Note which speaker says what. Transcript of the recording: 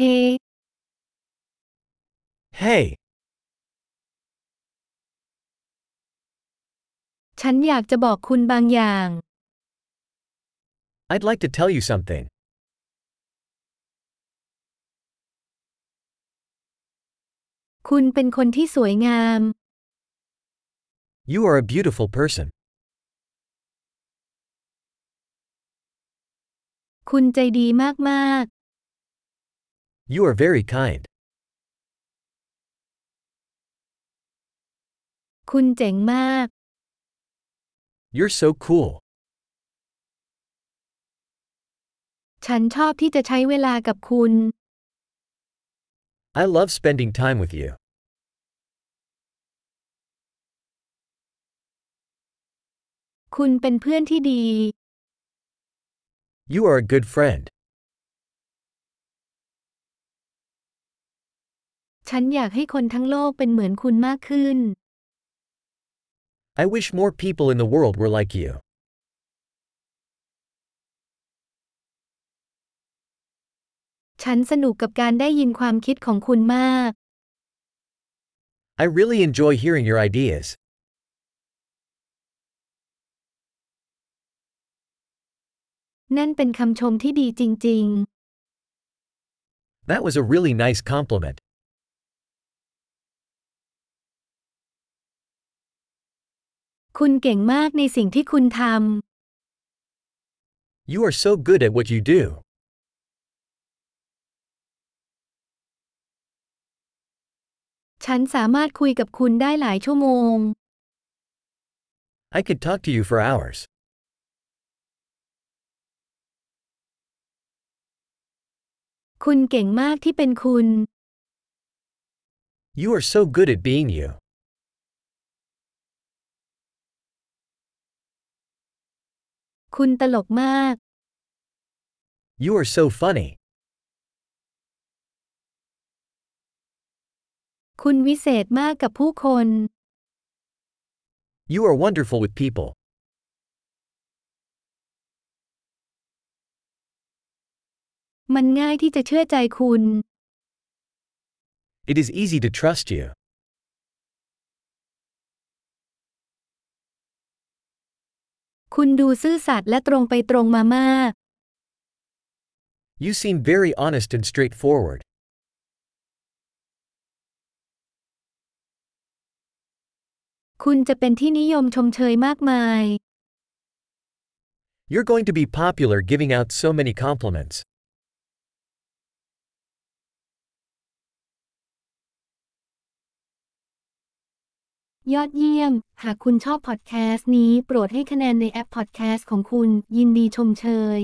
Speaker 1: Hey,
Speaker 2: Hey,
Speaker 1: ฉันอยากจะบอกคุณบางอย่าง
Speaker 2: I'd like to tell you something.
Speaker 1: คุณเป็นคนที่สวยงาม
Speaker 2: You are a beautiful person.
Speaker 1: คุณใจดีมาก
Speaker 2: You are very kind.
Speaker 1: ๆ คุณเจ๋งมาก
Speaker 2: You're so cool.
Speaker 1: ฉันชอบที่จะใช้เวลากับคุณ
Speaker 2: I love spending time with you.
Speaker 1: คุณเป็นเพื่อนที่ดี
Speaker 2: You are a good friend.
Speaker 1: ฉันอยากให้คนทั้งโลกเป็นเหมือนคุณมากขึ้น
Speaker 2: I wish more people in the world were like you.
Speaker 1: ฉันสนุกกับการได้ยินความคิดของคุณมาก
Speaker 2: I really enjoy hearing your ideas.
Speaker 1: นั่นเป็นคำชมที่ดีจริง
Speaker 2: That was a really nice compliment.
Speaker 1: ๆ คุณเก่งมากในสิ่งที่คุณท
Speaker 2: You are so good at what you do.
Speaker 1: ำ ฉันสามารถคุยกับคุณได้หลายชั่วโมง
Speaker 2: I could talk to you for hours.
Speaker 1: คุณเก่งมากที่เป็นคุณ
Speaker 2: You are so good at being you.
Speaker 1: คุณตลกมาก
Speaker 2: You are so funny.
Speaker 1: คุณวิเศษมากกับผู้คน
Speaker 2: You are wonderful with people.
Speaker 1: มันง่ายที่จะเชื่อใจคุณ
Speaker 2: It is easy to trust you.
Speaker 1: คุณดูซื่อสัตย์และตรงไปตรงมามาก
Speaker 2: You seem very honest and straightforward.
Speaker 1: คุณจะเป็นที่นิยมชมเชยมากมาย
Speaker 2: You're going to be popular giving out so many compliments.
Speaker 1: ยอดเยี่ยม หากคุณชอบพอดแคสต์นี้โปรดให้คะแนนในแอปพอดแคสต์ของคุณยินดีชมเชย